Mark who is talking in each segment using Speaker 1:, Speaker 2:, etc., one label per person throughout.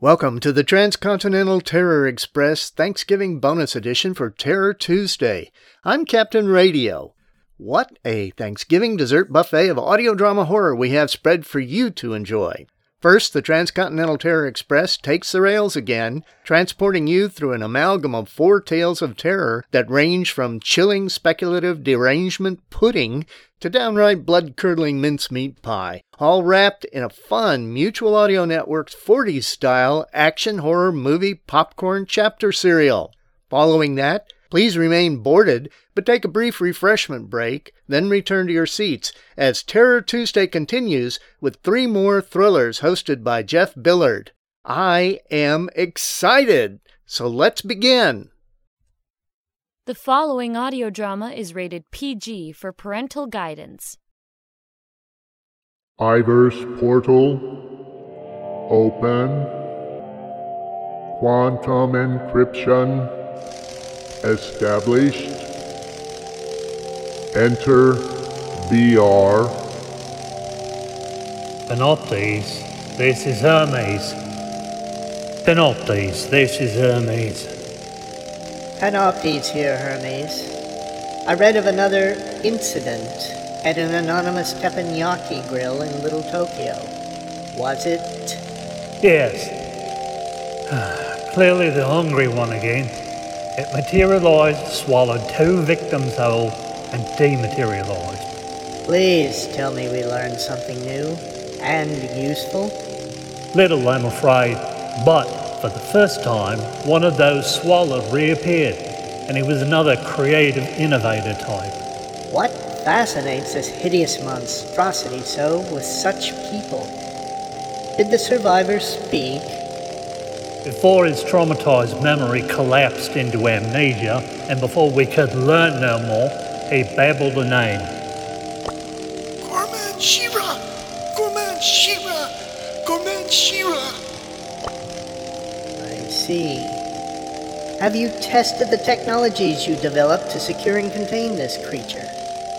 Speaker 1: Welcome to the Transcontinental Terror Express Thanksgiving Bonus Edition for Terror Tuesday. I'm Captain Radio. What a Thanksgiving dessert buffet of audio drama horror we have spread for you to enjoy. First, the Transcontinental Terror Express takes the rails again, transporting you through an amalgam of four tales of terror that range from chilling speculative derangement pudding to downright blood curdling mincemeat pie, all wrapped in a fun Mutual Audio Network's 40s style action horror movie popcorn chapter serial. Following that, please remain boarded, but take a brief refreshment break, then return to your seats as Terror Tuesday continues with three more thrillers hosted by Jeff Billard. I am excited, so let's begin.
Speaker 2: The following audio drama is rated PG for parental guidance.
Speaker 3: Iver's portal open. Quantum encryption established. Enter BR.
Speaker 4: Panoptes, this is Hermes. Panoptes, this is Hermes.
Speaker 5: Panoptes here, Hermes. I read of another incident at an anonymous teppanyaki grill in Little Tokyo. Was it?
Speaker 4: Yes. Clearly the hungry one again. It materialized, swallowed two victims whole, and dematerialized.
Speaker 5: Please tell me we learned something new and useful.
Speaker 4: Little, I'm afraid, but for the first time, one of those swallowed reappeared, and he was another creative innovator type.
Speaker 5: What fascinates this hideous monstrosity so with such people? Did the survivors speak?
Speaker 4: Before his traumatized memory collapsed into amnesia, and before we could learn no more, he babbled a name.
Speaker 6: Gorman Shira! Gorman Shira! Gorman Shira!
Speaker 5: I see. Have you tested the technologies you developed to secure and contain this creature?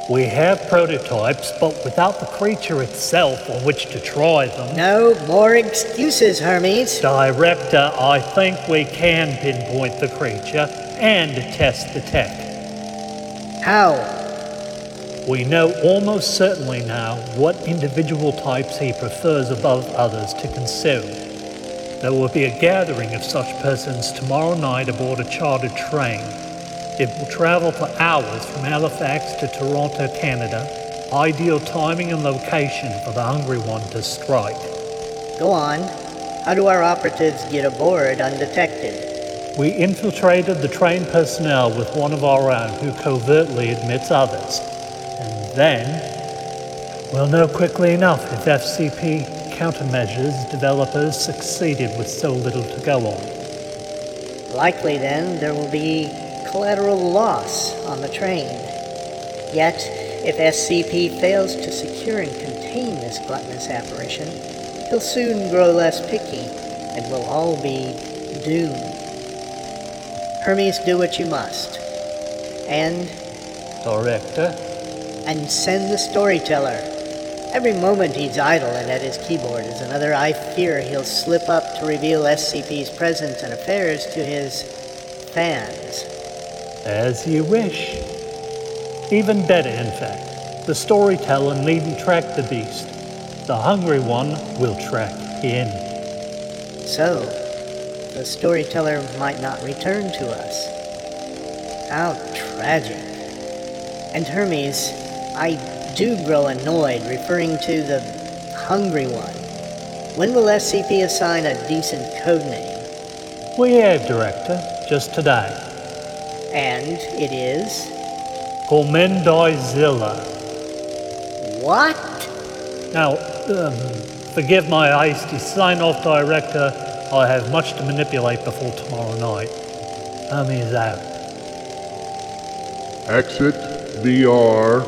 Speaker 4: We have prototypes, but without the creature itself on which to try them.
Speaker 5: No more excuses, Hermes.
Speaker 4: Director, I think we can pinpoint the creature and test the tech.
Speaker 5: How?
Speaker 4: We know almost certainly now what individual types he prefers above others to consume. There will be a gathering of such persons tomorrow night aboard a chartered train. It will travel for hours from Halifax to Toronto, Canada. Ideal timing and location for the hungry one to strike.
Speaker 5: Go on. How do our operatives get aboard undetected?
Speaker 4: We infiltrated the train personnel with one of our own who covertly admits others. And then, we'll know quickly enough if FCP countermeasures developers succeeded with so little to go on.
Speaker 5: Likely then there will be collateral loss on the train. Yet, if SCP fails to secure and contain this gluttonous apparition, he'll soon grow less picky and we'll all be doomed. Hermes, do what you must. And
Speaker 4: Director?
Speaker 5: and send the storyteller. Every moment he's idle and at his keyboard is another I fear he'll slip up to reveal SCP's presence and affairs to his fans.
Speaker 4: As you wish. Even better, in fact. The storyteller needn't track the beast. The hungry one will track him.
Speaker 5: So, the storyteller might not return to us. How tragic. And Hermes, I do grow annoyed referring to the hungry one. When will SCP assign a decent code name?
Speaker 4: We have, Director, just today.
Speaker 5: And it is.
Speaker 4: Comendizilla.
Speaker 5: What?
Speaker 4: Now, um, Forgive my hasty sign off, Director. I have much to manipulate before tomorrow night. Hermes is out.
Speaker 3: Exit VR.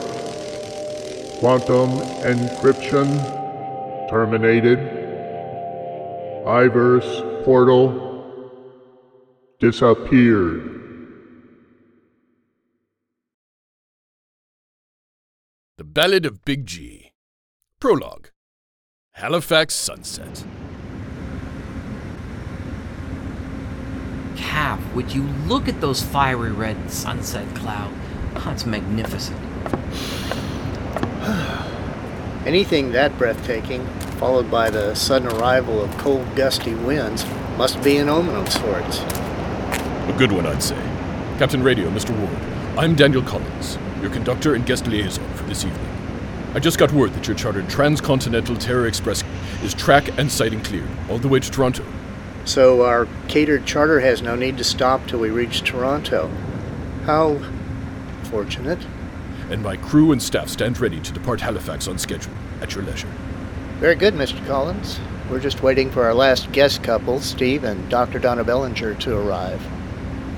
Speaker 3: Quantum encryption terminated. Iverse portal disappeared.
Speaker 7: The Ballad of Big G. Prologue. Halifax sunset.
Speaker 8: Cap, would you look at those fiery red sunset cloud? Oh, it's magnificent.
Speaker 1: Anything that breathtaking, followed by the sudden arrival of cold, gusty winds, must be an omen of sorts.
Speaker 7: A good one, I'd say. Captain Radio, Mr. Ward. I'm Daniel Collins, your conductor and guest liaison for this evening. I just got word that your chartered transcontinental Terror Express is track and sighting cleared, all the way to Toronto.
Speaker 1: So our catered charter has no need to stop till we reach Toronto. How fortunate.
Speaker 7: And my crew and staff stand ready to depart Halifax on schedule, at your leisure.
Speaker 1: Very good, Mr. Collins. We're just waiting for our last guest couple, Steve and Dr. Donna Bellinger, to arrive.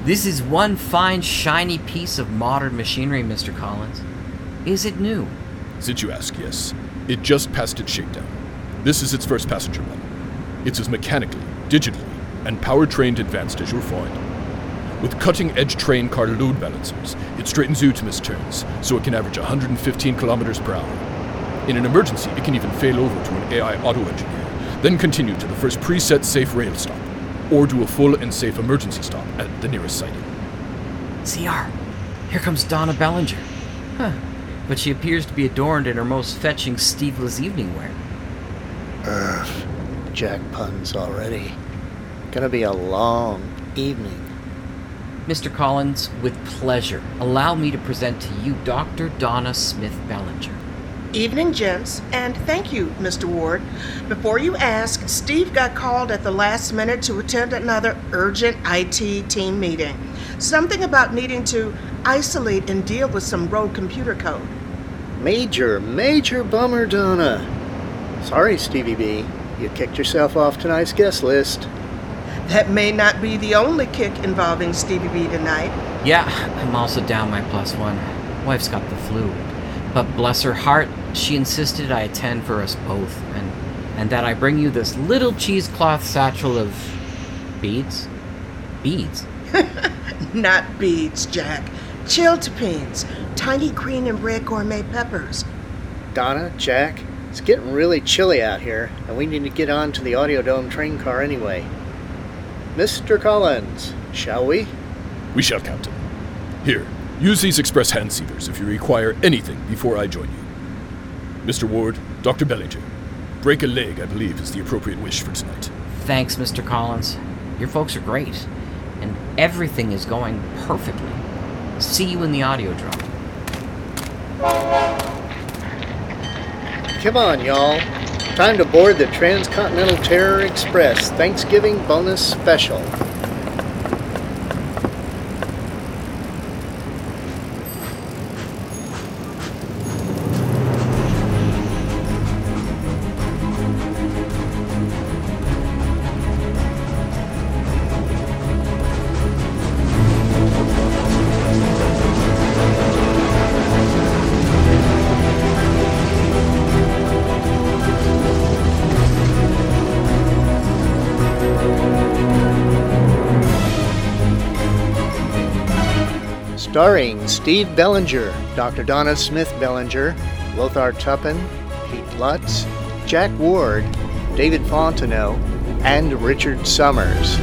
Speaker 8: This is one fine, shiny piece of modern machinery, Mr. Collins. Is it new?
Speaker 7: Since you ask, yes. It just passed its shakedown. This is its first passenger model. It's as mechanically, digitally, and powertrained advanced as you'll find. With cutting edge train car load balancers, it straightens you to miss turns, so it can average 115 kilometers per hour. In an emergency, it can even fail over to an AI auto engineer, then continue to the first preset safe rail stop, or do a full and safe emergency stop at the nearest sighting.
Speaker 8: CR, here comes Donna Bellinger. Huh. But she appears to be adorned in her most fetching sleeveless evening wear.
Speaker 1: Jack puns already. Gonna be a long evening.
Speaker 8: Mr. Collins, with pleasure, allow me to present to you Dr. Donna Smith Bellinger.
Speaker 9: Evening, gents, and thank you, Mr. Ward. Before you ask, Steve got called at the last minute to attend another urgent IT team meeting. Something about needing to isolate and deal with some rogue computer code.
Speaker 1: Major, major bummer, Donna. Sorry, Stevie B. You kicked yourself off tonight's guest list.
Speaker 9: That may not be the only kick involving Stevie B tonight.
Speaker 8: Yeah, I'm also down my plus one. Wife's got the flu. But bless her heart, she insisted I attend for us both, and, and that I bring you this little cheesecloth satchel of. beads? Beads?
Speaker 9: Not beads, Jack. Chiltepines, tiny green and red gourmet peppers.
Speaker 1: Donna, Jack, it's getting really chilly out here, and we need to get on to the Audio Dome train car anyway. Mr. Collins, shall we?
Speaker 7: We shall, Captain. Here, use these express hand sievers if you require anything before I join you. Mr. Ward, Dr. Bellinger, break a leg, I believe, is the appropriate wish for tonight.
Speaker 8: Thanks, Mr. Collins. Your folks are great, and everything is going perfectly. See you in the audio drama.
Speaker 1: Come on, y'all. Time to board the Transcontinental Terror Express Thanksgiving Bonus Special. Starring Steve Bellinger, Dr. Donna Smith Bellinger, Lothar Tuppen, Pete Lutz, Jack Ward, David Fontenot, and Richard Summers.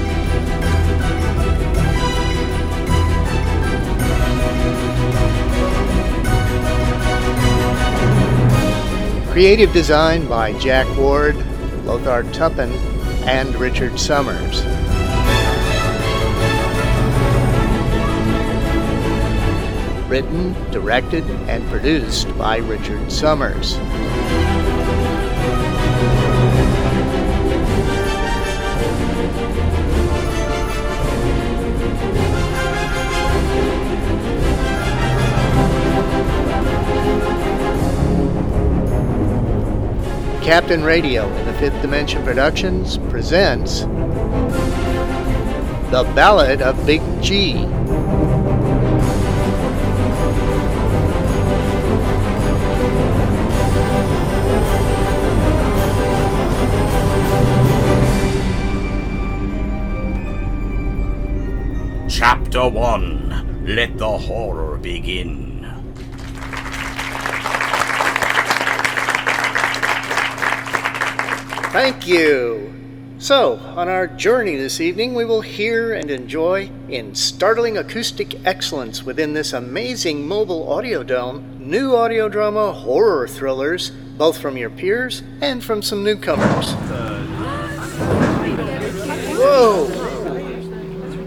Speaker 1: Creative design by Jack Ward, Lothar Tuppen, and Richard Summers. Written, directed, and produced by Richard Summers. Captain Radio and the Fifth Dimension Productions presents The Ballad of Big G.
Speaker 10: Chapter 1 Let the Horror Begin.
Speaker 1: Thank you. So, on our journey this evening, we will hear and enjoy, in startling acoustic excellence within this amazing mobile audio dome, new audio drama horror thrillers, both from your peers and from some newcomers. Whoa!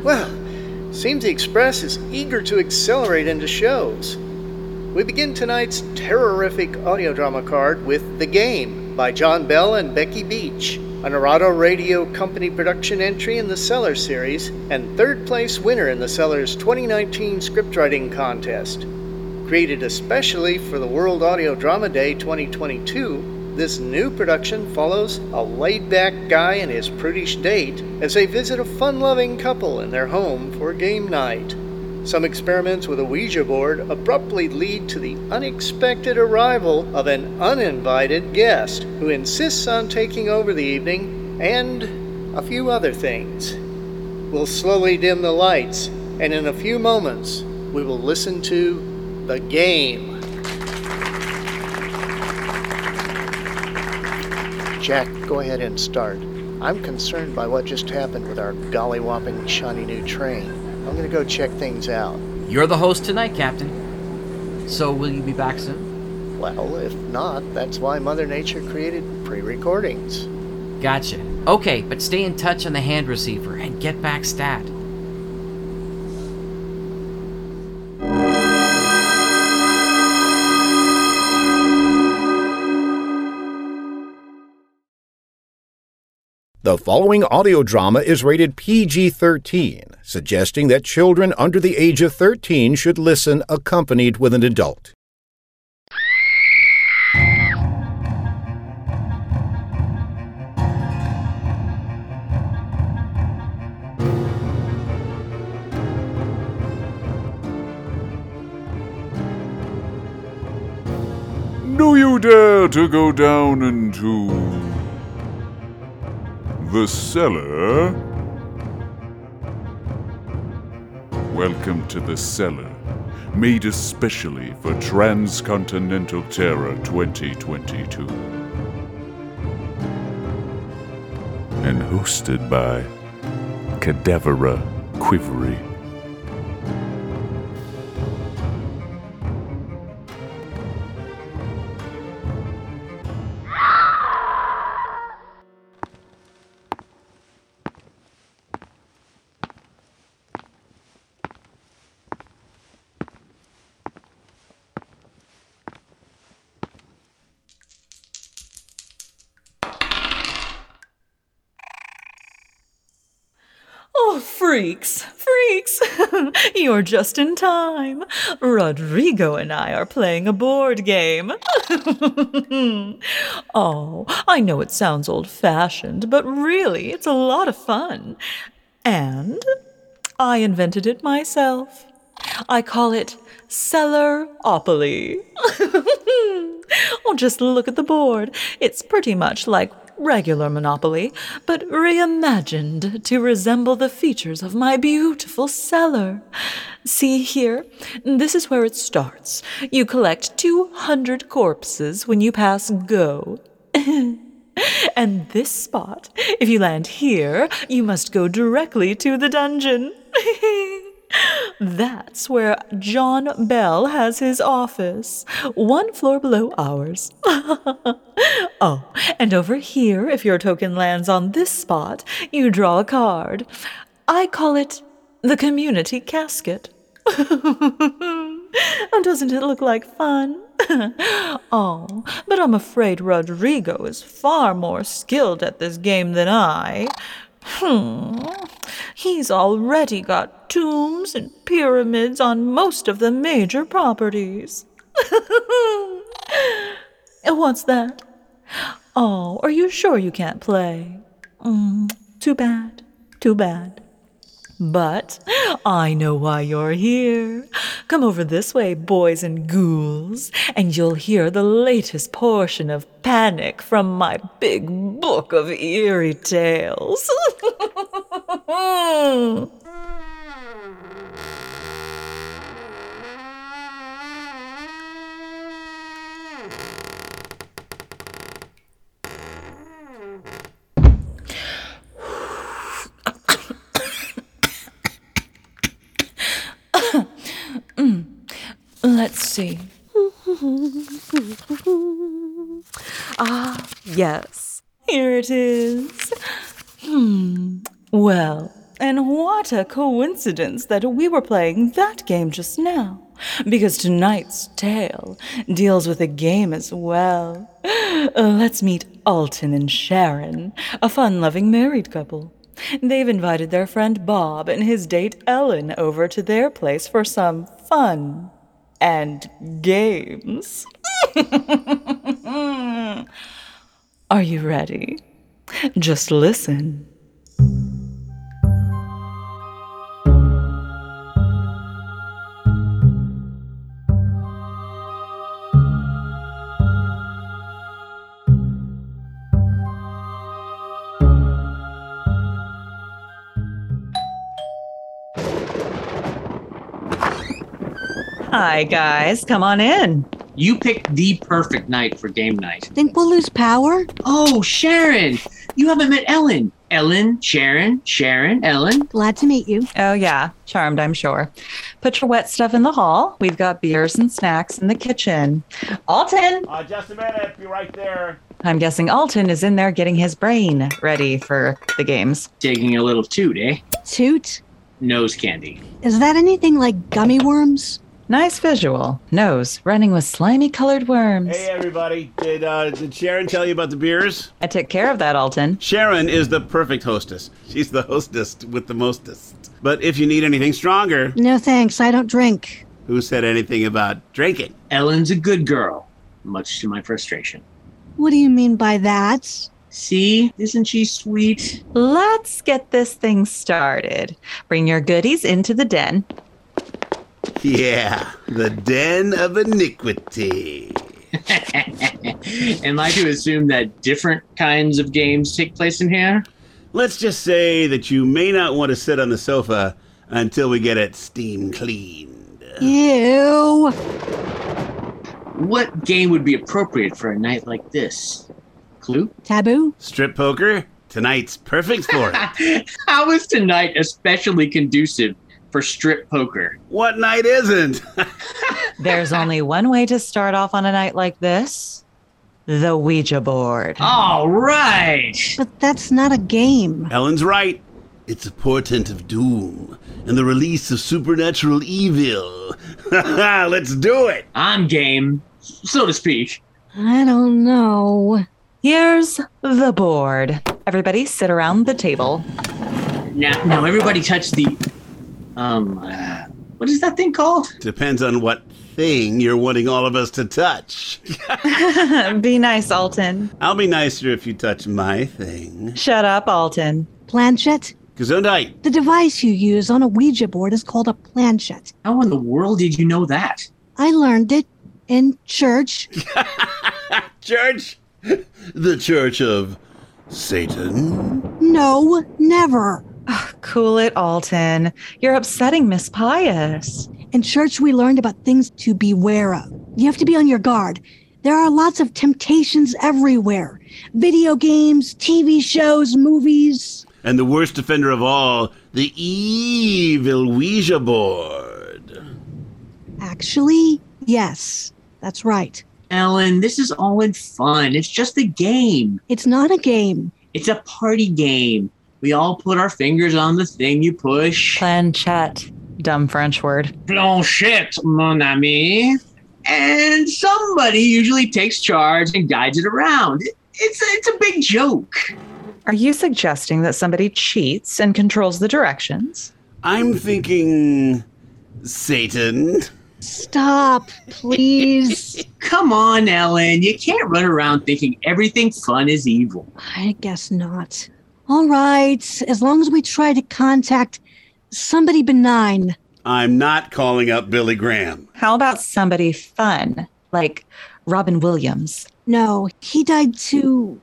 Speaker 1: Well, seems the Express is eager to accelerate into shows. We begin tonight's terrorific audio drama card with The Game by John Bell and Becky Beach, a Nerado Radio Company production entry in the Cellar series and third place winner in the Cellar's 2019 scriptwriting contest. Created especially for the World Audio Drama Day 2022, this new production follows a laid back guy and his prudish date as they visit a fun loving couple in their home for game night. Some experiments with a Ouija board abruptly lead to the unexpected arrival of an uninvited guest who insists on taking over the evening and a few other things. We'll slowly dim the lights, and in a few moments, we will listen to The Game. Jack, go ahead and start. I'm concerned by what just happened with our golly whopping shiny new train. I'm gonna go check things out.
Speaker 8: You're the host tonight, Captain. So will you be back soon?
Speaker 1: Well, if not, that's why Mother Nature created pre recordings.
Speaker 8: Gotcha. Okay, but stay in touch on the hand receiver and get back stat.
Speaker 11: The following audio drama is rated PG 13, suggesting that children under the age of 13 should listen accompanied with an adult.
Speaker 12: Do you dare to go down into the cellar? Welcome to the cellar, made especially for Transcontinental Terror 2022. And hosted by Cadavera Quivery.
Speaker 13: Oh, freaks, freaks! You're just in time. Rodrigo and I are playing a board game. oh, I know it sounds old fashioned, but really, it's a lot of fun. And I invented it myself. I call it Cellaropoly. oh, just look at the board. It's pretty much like regular Monopoly, but reimagined to resemble the features of my beautiful cellar. See here? This is where it starts. You collect 200 corpses when you pass go. And this spot, if you land here, you must go directly to the dungeon. That's where John Bell has his office, one floor below ours. oh, and over here, if your token lands on this spot, you draw a card. I call it the community casket. Oh, doesn't it look like fun? oh, but I'm afraid Rodrigo is far more skilled at this game than I. Hmm. He's already got tombs and pyramids on most of the major properties. What's that? Oh, are you sure you can't play? Mm, too bad. Too bad. But I know why you're here. Come over this way, boys and ghouls, and you'll hear the latest portion of panic from my big book of eerie tales. Mm. Mm. Let's see. ah, yes. Here it is. Hmm. Well, and what a coincidence that we were playing that game just now. Because tonight's tale deals with a game as well. Uh, Let's meet Alton and Sharon, a fun loving married couple. They've invited their friend Bob and his date Ellen over to their place for some fun and games. Mm. Are you ready? Just listen. Hi, guys. Come on in.
Speaker 14: You picked the perfect night for game night.
Speaker 15: Think we'll lose power?
Speaker 14: Oh, Sharon! You haven't met Ellen. Ellen, Sharon, Sharon, Ellen.
Speaker 15: Glad to meet you.
Speaker 13: Oh, yeah. Charmed, I'm sure. Put your wet stuff in the hall. We've got beers and snacks in the kitchen. Alton!
Speaker 16: Uh, just a minute. Be right there.
Speaker 13: I'm guessing Alton is in there getting his brain ready for the games.
Speaker 14: Taking a little toot, eh?
Speaker 15: Toot?
Speaker 14: Nose candy.
Speaker 15: Is that anything like gummy worms?
Speaker 13: Nice visual. Nose running with slimy colored worms.
Speaker 16: Hey, everybody. Did, uh, did Sharon tell you about the beers?
Speaker 13: I took care of that, Alton.
Speaker 17: Sharon is the perfect hostess. She's the hostess with the mostest. But if you need anything stronger.
Speaker 15: No, thanks. I don't drink.
Speaker 17: Who said anything about drinking?
Speaker 14: Ellen's a good girl, much to my frustration.
Speaker 15: What do you mean by that?
Speaker 14: See, isn't she sweet?
Speaker 13: Let's get this thing started. Bring your goodies into the den.
Speaker 17: Yeah, the den of iniquity.
Speaker 14: Am I to assume that different kinds of games take place in here?
Speaker 17: Let's just say that you may not want to sit on the sofa until we get it steam cleaned.
Speaker 15: Ew.
Speaker 14: What game would be appropriate for a night like this? Clue?
Speaker 15: Taboo?
Speaker 17: Strip poker? Tonight's perfect for
Speaker 14: it. How is tonight especially conducive for strip poker.
Speaker 17: What night isn't?
Speaker 13: There's only one way to start off on a night like this the Ouija board.
Speaker 14: All right.
Speaker 15: But that's not a game.
Speaker 17: Ellen's right. It's a portent of doom and the release of supernatural evil. Let's do it.
Speaker 14: I'm game, so to speak.
Speaker 15: I don't know.
Speaker 13: Here's the board. Everybody sit around the table.
Speaker 14: Now, now everybody touch the um uh, what is that thing called
Speaker 17: depends on what thing you're wanting all of us to touch
Speaker 13: be nice alton
Speaker 17: i'll be nicer if you touch my thing
Speaker 13: shut up alton
Speaker 15: planchet
Speaker 17: gesundheit
Speaker 15: the device you use on a ouija board is called a planchet
Speaker 14: how in the world did you know that
Speaker 15: i learned it in church
Speaker 17: church the church of satan
Speaker 15: no never
Speaker 13: Oh,
Speaker 18: Ah,
Speaker 13: cool it, Alton. You're upsetting Miss Pious.
Speaker 15: In church, we learned about things to beware of. You have to be on your guard. There are lots of temptations everywhere video games, TV shows, movies.
Speaker 17: And the worst offender of all, the evil Ouija board.
Speaker 15: Actually, yes, that's right.
Speaker 14: Ellen, this is all in fun. It's just a game.
Speaker 15: It's not a game.
Speaker 14: It's a party game. We all put our fingers on the thing you push.
Speaker 13: Planchette, dumb French word.
Speaker 14: Planchette, mon ami. And somebody usually takes charge and guides it around. It's a, it's a big joke.
Speaker 13: Are you suggesting that somebody cheats and controls the directions?
Speaker 17: I'm thinking Satan.
Speaker 15: Stop, please.
Speaker 14: Come on, Ellen. You can't run around thinking everything fun is evil.
Speaker 15: I guess not. All right, as long as we try to contact somebody benign.
Speaker 17: I'm not calling up Billy Graham.
Speaker 18: How about somebody fun, like Robin Williams?
Speaker 15: No, he died too.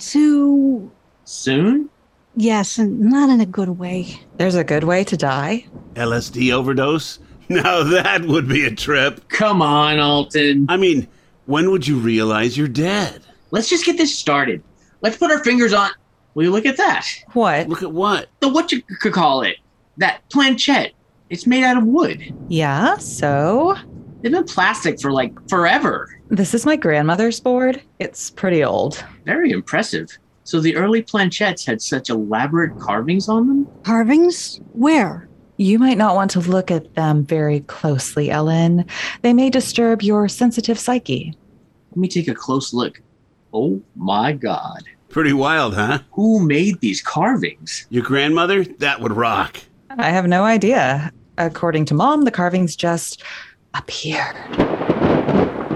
Speaker 15: too.
Speaker 14: Soon?
Speaker 15: Yes, and not in a good way.
Speaker 18: There's a good way to die.
Speaker 17: LSD overdose? Now that would be a trip.
Speaker 14: Come on, Alton.
Speaker 17: I mean, when would you realize you're dead?
Speaker 14: Let's just get this started. Let's put our fingers on. Will you look at that?
Speaker 18: What?
Speaker 17: Look at what?
Speaker 14: The what you could call it? That planchette. It's made out of wood.
Speaker 18: Yeah, so?
Speaker 14: They've been plastic for like forever.
Speaker 18: This is my grandmother's board. It's pretty old.
Speaker 14: Very impressive. So the early planchettes had such elaborate carvings on them?
Speaker 15: Carvings? Where?
Speaker 18: You might not want to look at them very closely, Ellen. They may disturb your sensitive psyche.
Speaker 14: Let me take a close look. Oh my God.
Speaker 17: Pretty wild, huh?
Speaker 14: Who made these carvings?
Speaker 17: Your grandmother? That would rock.
Speaker 18: I have no idea. According to mom, the carvings just appeared.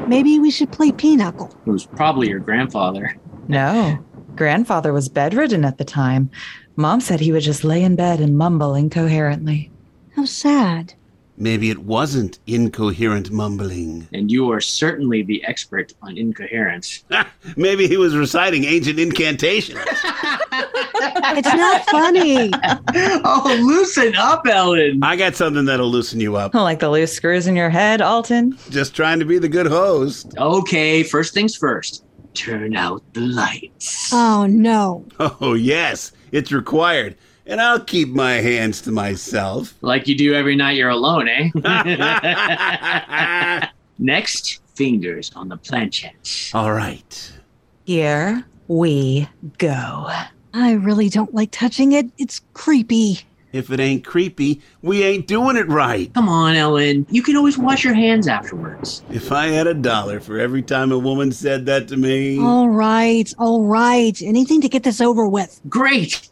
Speaker 15: Maybe we should play pinochle.
Speaker 14: It was probably your grandfather.
Speaker 18: No, grandfather was bedridden at the time. Mom said he would just lay in bed and mumble incoherently.
Speaker 15: How sad.
Speaker 17: Maybe it wasn't incoherent mumbling.
Speaker 14: And you are certainly the expert on incoherence.
Speaker 17: Maybe he was reciting ancient incantations.
Speaker 15: it's not funny.
Speaker 14: oh, loosen up, Ellen.
Speaker 17: I got something that'll loosen you up.
Speaker 18: Oh, Like the loose screws in your head, Alton.
Speaker 17: Just trying to be the good host.
Speaker 14: Okay, first things first. Turn out the lights.
Speaker 15: Oh, no.
Speaker 17: Oh, yes. It's required. And I'll keep my hands to myself.
Speaker 14: Like you do every night you're alone, eh? Next, fingers on the planchette.
Speaker 17: All right.
Speaker 18: Here we go.
Speaker 15: I really don't like touching it. It's creepy.
Speaker 17: If it ain't creepy, we ain't doing it right.
Speaker 14: Come on, Ellen. You can always wash your hands afterwards.
Speaker 17: If I had a dollar for every time a woman said that to me.
Speaker 15: All right, all right. Anything to get this over with.
Speaker 14: Great.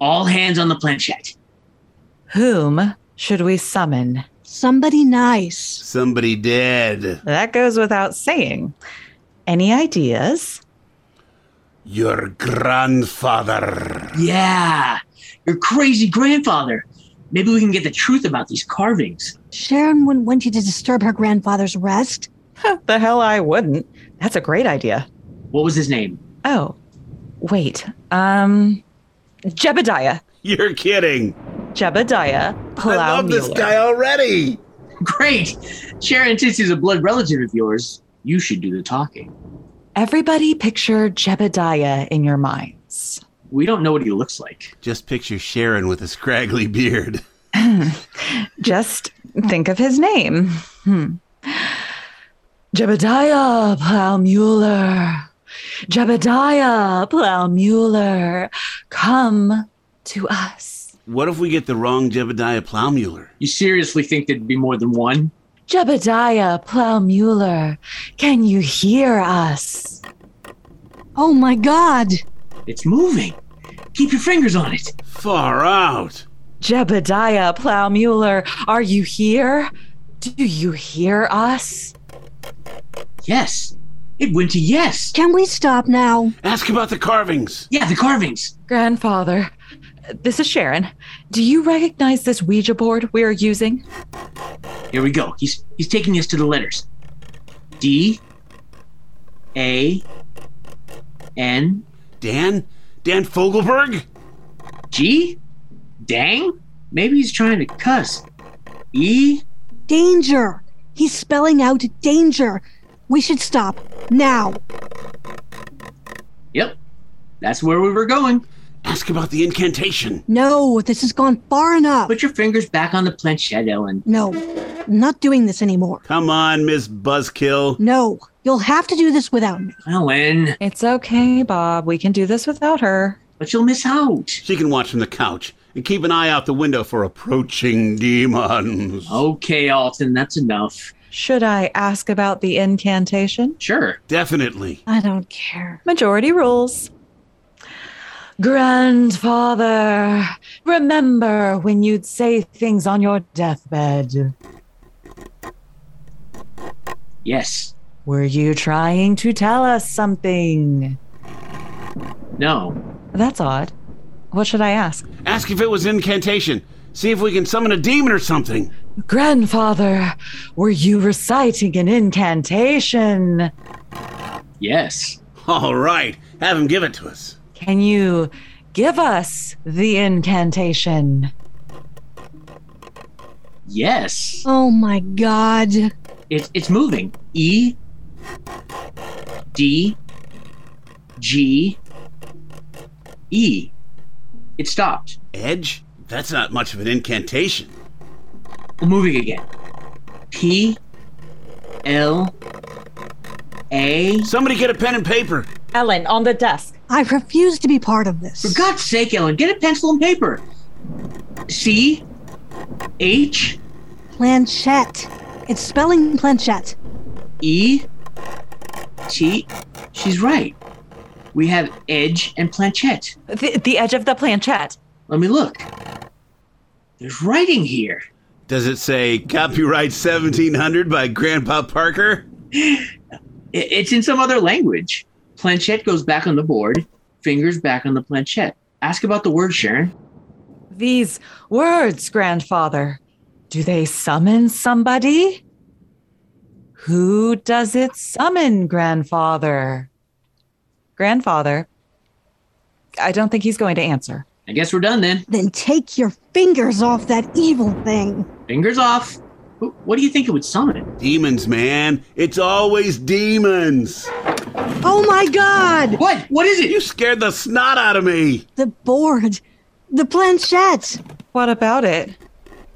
Speaker 14: All hands on the planchette.
Speaker 18: Whom should we summon?
Speaker 15: Somebody nice.
Speaker 17: Somebody dead.
Speaker 18: That goes without saying. Any ideas?
Speaker 17: Your grandfather.
Speaker 14: Yeah, your crazy grandfather. Maybe we can get the truth about these carvings.
Speaker 15: Sharon wouldn't want you to disturb her grandfather's rest.
Speaker 18: the hell I wouldn't. That's a great idea.
Speaker 14: What was his name?
Speaker 18: Oh, wait. Um, Jebediah.
Speaker 17: You're kidding.
Speaker 18: Jebediah. Palau
Speaker 17: I love
Speaker 18: Mueller.
Speaker 17: this guy already.
Speaker 14: Great. Sharon, since he's a blood relative of yours, you should do the talking.
Speaker 18: Everybody picture Jebediah in your minds.
Speaker 14: We don't know what he looks like.
Speaker 17: Just picture Sharon with a scraggly beard.
Speaker 18: Just think of his name. Hmm. Jebediah Plowmuller. Jebediah Plowmuller, come to us.
Speaker 17: What if we get the wrong Jebediah Plowmuller?
Speaker 14: You seriously think there'd be more than one?
Speaker 18: Jebediah Plowmuller, can you hear us?
Speaker 15: Oh my god!
Speaker 14: It's moving. Keep your fingers on it.
Speaker 17: Far out.
Speaker 18: Jebediah Plowmuller, are you here? Do you hear us?
Speaker 14: Yes. It went to yes.
Speaker 15: Can we stop now?
Speaker 17: Ask about the carvings.
Speaker 14: Yeah, the carvings.
Speaker 18: Grandfather, this is Sharon. Do you recognize this Ouija board we are using?
Speaker 14: Here we go. He's he's taking us to the letters. D A N
Speaker 17: Dan? Dan Fogelberg?
Speaker 14: G? Dang? Maybe he's trying to cuss. E?
Speaker 15: Danger! He's spelling out danger. We should stop now.
Speaker 14: Yep. That's where we were going.
Speaker 17: Ask about the incantation.
Speaker 15: No, this has gone far enough.
Speaker 14: Put your fingers back on the planchette, Ellen.
Speaker 15: No, I'm not doing this anymore.
Speaker 17: Come on, Miss Buzzkill.
Speaker 15: No, you'll have to do this without me.
Speaker 14: Ellen.
Speaker 18: It's okay, Bob. We can do this without her.
Speaker 14: But you'll miss out.
Speaker 17: She can watch from the couch and keep an eye out the window for approaching demons.
Speaker 14: Okay, Alton, that's enough.
Speaker 18: Should I ask about the incantation?
Speaker 14: Sure.
Speaker 17: Definitely.
Speaker 15: I don't care.
Speaker 18: Majority rules. Grandfather, remember when you'd say things on your deathbed.
Speaker 14: Yes.
Speaker 18: Were you trying to tell us something?
Speaker 14: No.
Speaker 18: That's odd. What should I ask?
Speaker 19: Ask if it was incantation. See if we can summon a demon or something.
Speaker 18: Grandfather, were you reciting an incantation?
Speaker 14: Yes.
Speaker 19: All right. Have him give it to us.
Speaker 18: Can you give us the incantation?
Speaker 14: Yes.
Speaker 15: Oh my god.
Speaker 14: It's it's moving. E D G E. It stopped.
Speaker 19: Edge? That's not much of an incantation.
Speaker 14: Moving again. P L A.
Speaker 19: Somebody get a pen and paper.
Speaker 18: Ellen, on the desk.
Speaker 15: I refuse to be part of this.
Speaker 14: For God's sake, Ellen, get a pencil and paper. C H
Speaker 15: Planchette. It's spelling planchette.
Speaker 14: E T. She's right. We have edge and planchette.
Speaker 18: The, the edge of the planchette.
Speaker 14: Let me look. There's writing here.
Speaker 19: Does it say copyright 1700 by Grandpa Parker?
Speaker 14: It- It's in some other language. Planchette goes back on the board, fingers back on the planchette. Ask about the word, Sharon.
Speaker 18: These words, grandfather, do they summon somebody? Who does it summon, grandfather? Grandfather, I don't think he's going to answer.
Speaker 14: I guess we're done then.
Speaker 15: Then take your fingers off that evil thing.
Speaker 14: Fingers off. Wh- What do you think it would summon?
Speaker 19: Demons, man. It's always demons.
Speaker 15: Oh my god!
Speaker 14: What? What is it?
Speaker 19: You scared the snot out of me.
Speaker 15: The board. The planchette.
Speaker 18: What about it?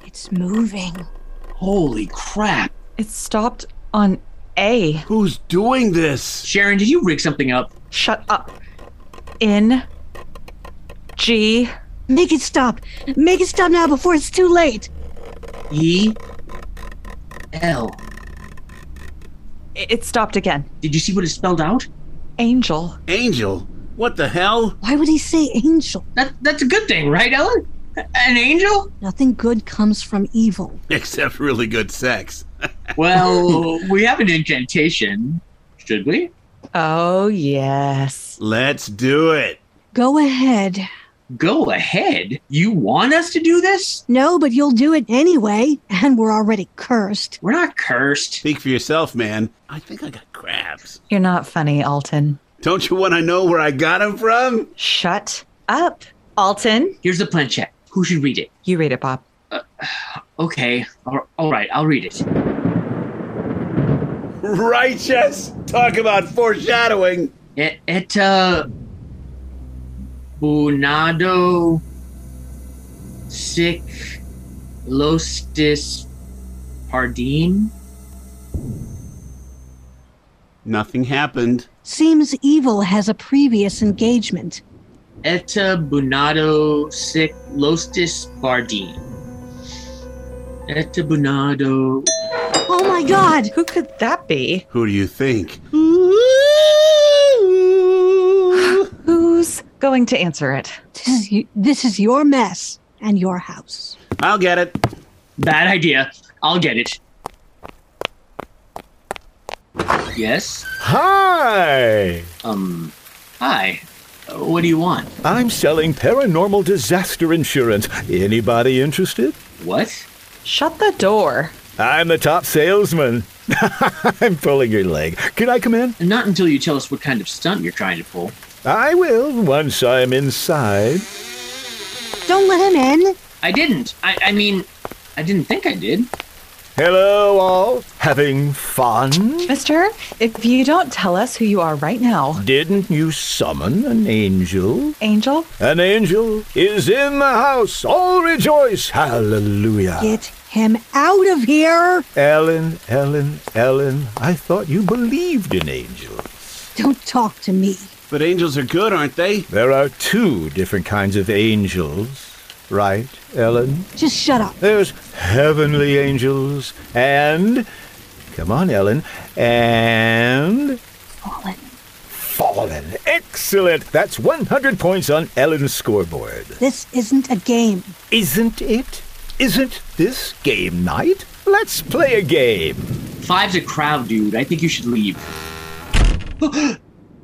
Speaker 15: It's moving.
Speaker 14: Holy crap.
Speaker 18: It stopped on A.
Speaker 19: Who's doing this?
Speaker 14: Sharon, did you rig something up?
Speaker 18: Shut up. In G
Speaker 15: Make it stop. Make it stop now before it's too late.
Speaker 14: E L.
Speaker 18: It stopped again.
Speaker 14: Did you see what it spelled out?
Speaker 18: Angel.
Speaker 19: Angel? What the hell?
Speaker 15: Why would he say angel?
Speaker 14: That that's a good thing, right, Ellen? An angel?
Speaker 15: Nothing good comes from evil.
Speaker 19: Except really good sex.
Speaker 14: Well, we have an incantation. Should we?
Speaker 18: Oh, yes.
Speaker 19: Let's do it.
Speaker 15: Go ahead.
Speaker 14: Go ahead. You want us to do this?
Speaker 15: No, but you'll do it anyway, and we're already cursed.
Speaker 14: We're not cursed.
Speaker 19: Speak for yourself, man. I think I got crabs.
Speaker 18: You're not funny, Alton.
Speaker 19: Don't you want to know where I got them from?
Speaker 18: Shut up, Alton.
Speaker 14: Here's the planchette. Who should read it? Uh,
Speaker 18: You read it, Bob.
Speaker 14: Okay. All all right, I'll read it.
Speaker 19: Righteous. Talk about foreshadowing.
Speaker 14: Et, et uh, bunado sic lostis pardim.
Speaker 19: Nothing happened.
Speaker 15: Seems evil has a previous engagement.
Speaker 14: Eta bunado sic lostis pardim. Eta bunado.
Speaker 15: Oh my god!
Speaker 18: Who could that be?
Speaker 19: Who do you think?
Speaker 18: Who's going to answer it?
Speaker 15: This is, y- this is your mess and your house.
Speaker 19: I'll get it.
Speaker 14: Bad idea. I'll get it. Yes.
Speaker 16: Hi!
Speaker 14: Um. Hi. Uh, What do you want?
Speaker 16: I'm selling paranormal disaster insurance. Anybody interested?
Speaker 14: What?
Speaker 18: Shut the door.
Speaker 16: I'm the top salesman. I'm pulling your leg. Can I come in?
Speaker 14: Not until you tell us what kind of stunt you're trying to pull.
Speaker 16: I will once I'm inside.
Speaker 15: Don't let him in.
Speaker 14: I didn't. I, I mean, I didn't think I did.
Speaker 16: Hello, all. Having fun?
Speaker 18: Mister, if you don't tell us who you are right now,
Speaker 16: Didn't you summon an angel?
Speaker 18: Angel,
Speaker 16: An angel is in the house. All rejoice. Hallelujah.
Speaker 15: Get him out of here!
Speaker 16: Ellen, Ellen, Ellen, I thought you believed in angels.
Speaker 15: Don't talk to me.
Speaker 19: But angels are good, aren't they?
Speaker 16: There are two different kinds of angels, right, Ellen?
Speaker 15: Just shut up.
Speaker 16: There's heavenly angels and. Come on, Ellen. And.
Speaker 15: Fallen.
Speaker 16: Fallen. Excellent. That's 100 points on Ellen's scoreboard.
Speaker 15: This isn't a game.
Speaker 16: Isn't it? Isn't this game night? Let's play a game.
Speaker 14: Five's a crowd, dude. I think you should leave.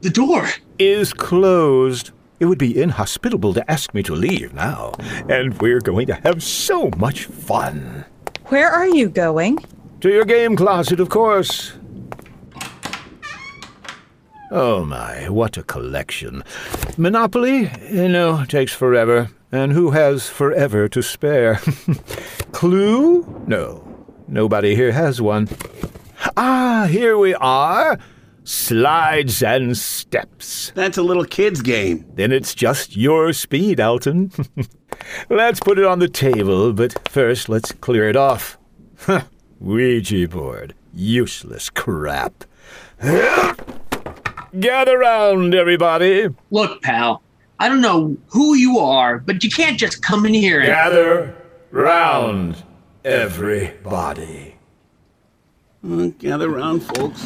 Speaker 14: the door
Speaker 16: is closed. It would be inhospitable to ask me to leave now, and we're going to have so much fun.
Speaker 18: Where are you going?
Speaker 16: To your game closet, of course. Oh my, what a collection. Monopoly, you know, takes forever. And who has forever to spare? Clue? No. Nobody here has one. Ah, here we are. Slides and steps.
Speaker 19: That's a little kid's game.
Speaker 16: Then it's just your speed, Alton. let's put it on the table, but first let's clear it off. Huh, Ouija board. Useless crap. Gather round, everybody.
Speaker 14: Look, pal, I don't know who you are, but you can't just come in here and.
Speaker 16: Gather round, everybody.
Speaker 17: Uh,
Speaker 19: Gather round, folks.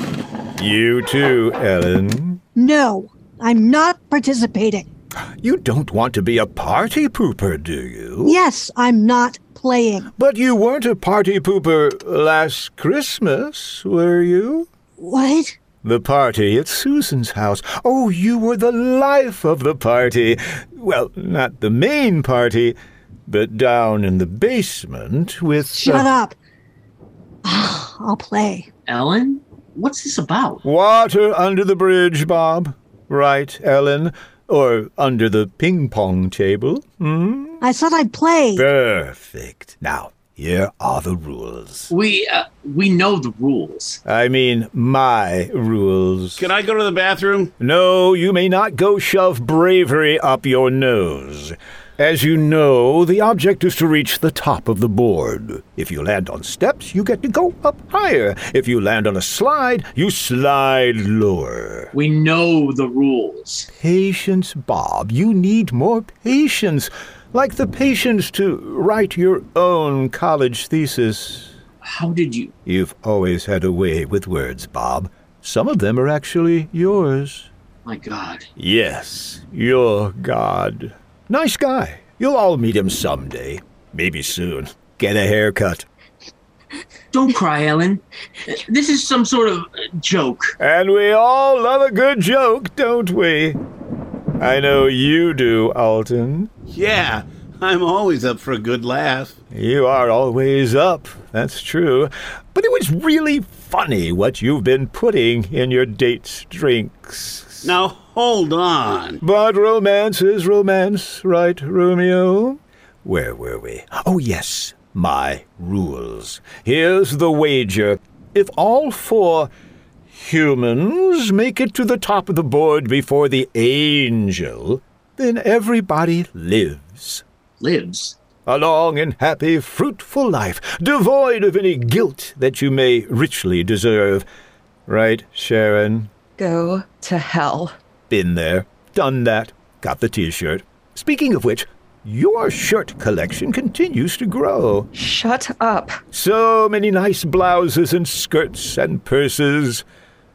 Speaker 16: You too, Ellen.
Speaker 15: No, I'm not participating.
Speaker 16: You don't want to be a party pooper, do you?
Speaker 15: Yes, I'm not playing.
Speaker 16: But you weren't a party pooper last Christmas, were you?
Speaker 15: What?
Speaker 16: The party at Susan's house. Oh, you were the life of the party. Well, not the main party, but down in the basement with.
Speaker 15: Shut up. I'll play.
Speaker 14: Ellen? What's this about?
Speaker 16: Water under the bridge, Bob. Right, Ellen? Or under the ping pong table? Hmm?
Speaker 15: I said I'd play.
Speaker 16: Perfect. Now, here are the rules.
Speaker 14: We uh, we know the rules.
Speaker 16: I mean, my rules.
Speaker 19: Can I go to the bathroom?
Speaker 16: No, you may not go shove bravery up your nose. As you know, the object is to reach the top of the board. If you land on steps, you get to go up higher. If you land on a slide, you slide lower.
Speaker 14: We know the rules.
Speaker 16: Patience, Bob. You need more patience. Like the patience to write your own college thesis.
Speaker 14: How did you?
Speaker 16: You've always had a way with words, Bob. Some of them are actually yours.
Speaker 14: My God.
Speaker 16: Yes, your God. Nice guy. You'll all meet him someday. Maybe soon. Get a haircut.
Speaker 14: Don't cry, Ellen. This is some sort of uh, joke.
Speaker 16: And we all love a good joke, don't we? I know you do, Alton.
Speaker 19: Yeah, I'm always up for a good laugh.
Speaker 16: You are always up, that's true. But it was really funny what you've been putting in your date's drinks.
Speaker 19: Now, Hold on.
Speaker 16: But romance is romance, right, Romeo? Where were we? Oh, yes, my rules. Here's the wager. If all four humans make it to the top of the board before the angel, then everybody lives.
Speaker 14: Lives?
Speaker 16: A long and happy, fruitful life, devoid of any guilt that you may richly deserve. Right, Sharon?
Speaker 18: Go to hell.
Speaker 16: Been there, done that, got the t shirt. Speaking of which, your shirt collection continues to grow.
Speaker 18: Shut up.
Speaker 16: So many nice blouses and skirts and purses.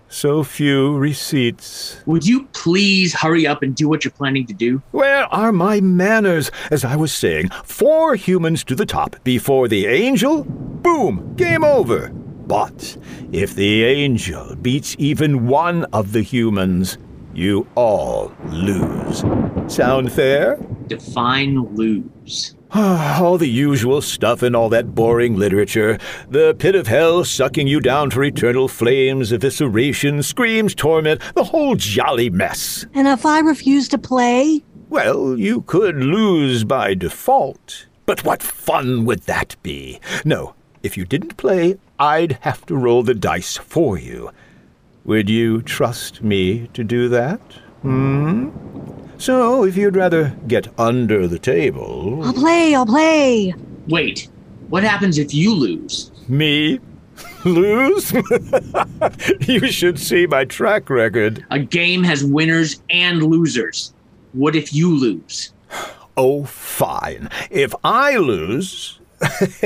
Speaker 16: So few receipts.
Speaker 14: Would you please hurry up and do what you're planning to do?
Speaker 16: Where are my manners? As I was saying, four humans to the top before the angel. Boom! Game over. But if the angel beats even one of the humans, you all lose. Sound fair?
Speaker 14: Define lose.
Speaker 16: all the usual stuff and all that boring literature. The pit of hell sucking you down for eternal flames, evisceration, screams, torment, the whole jolly mess.
Speaker 15: And if I refuse to play?
Speaker 16: Well, you could lose by default. But what fun would that be? No, if you didn't play, I'd have to roll the dice for you. Would you trust me to do that? Hmm? So, if you'd rather get under the table.
Speaker 15: I'll play, I'll play.
Speaker 14: Wait, what happens if you lose?
Speaker 16: Me? Lose? you should see my track record.
Speaker 14: A game has winners and losers. What if you lose?
Speaker 16: Oh, fine. If I lose,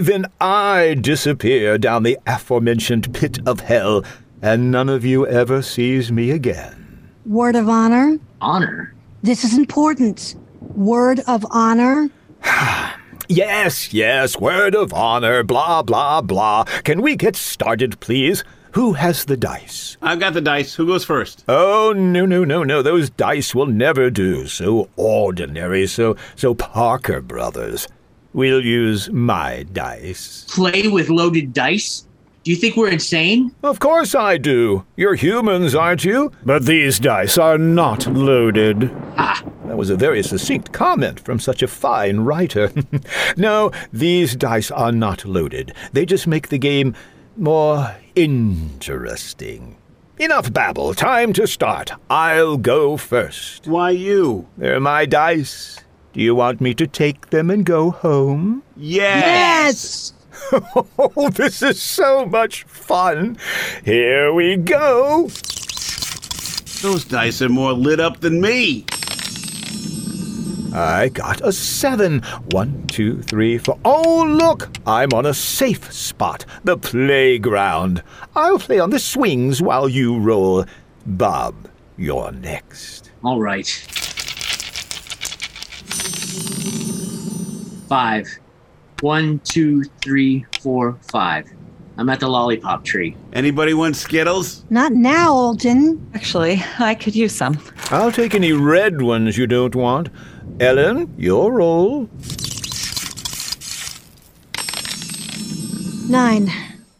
Speaker 16: then I disappear down the aforementioned pit of hell and none of you ever sees me again.
Speaker 15: Word of honor?
Speaker 14: Honor?
Speaker 15: This is important. Word of honor?
Speaker 16: Yes, yes, word of honor, blah, blah, blah. Can we get started, please? Who has the dice?
Speaker 20: I've got the dice. Who goes first?
Speaker 16: Oh, no, no, no, no. Those dice will never do. So ordinary, so, so Parker Brothers. We'll use my dice.
Speaker 14: Play with loaded dice? Do you think we're insane?
Speaker 16: Of course I do. You're humans, aren't you? But these dice are not loaded. Ah! That was a very succinct comment from such a fine writer. no, these dice are not loaded. They just make the game more interesting. Enough babble. Time to start. I'll go first.
Speaker 20: Why you?
Speaker 16: They're my dice. Do you want me to take them and go home?
Speaker 20: Yes!
Speaker 16: Oh, this is so much fun. Here we go.
Speaker 19: Those dice are more lit up than me.
Speaker 16: I got a seven. One, two, three, four. Oh, look! I'm on a safe spot, the playground. I'll play on the swings while you roll. Bob, you're next.
Speaker 14: All right. Five. One, two, three, four, five. I'm at the lollipop tree.
Speaker 19: Anybody want Skittles?
Speaker 15: Not now, Olden.
Speaker 18: Actually, I could use some.
Speaker 16: I'll take any red ones you don't want. Ellen, your roll.
Speaker 15: Nine.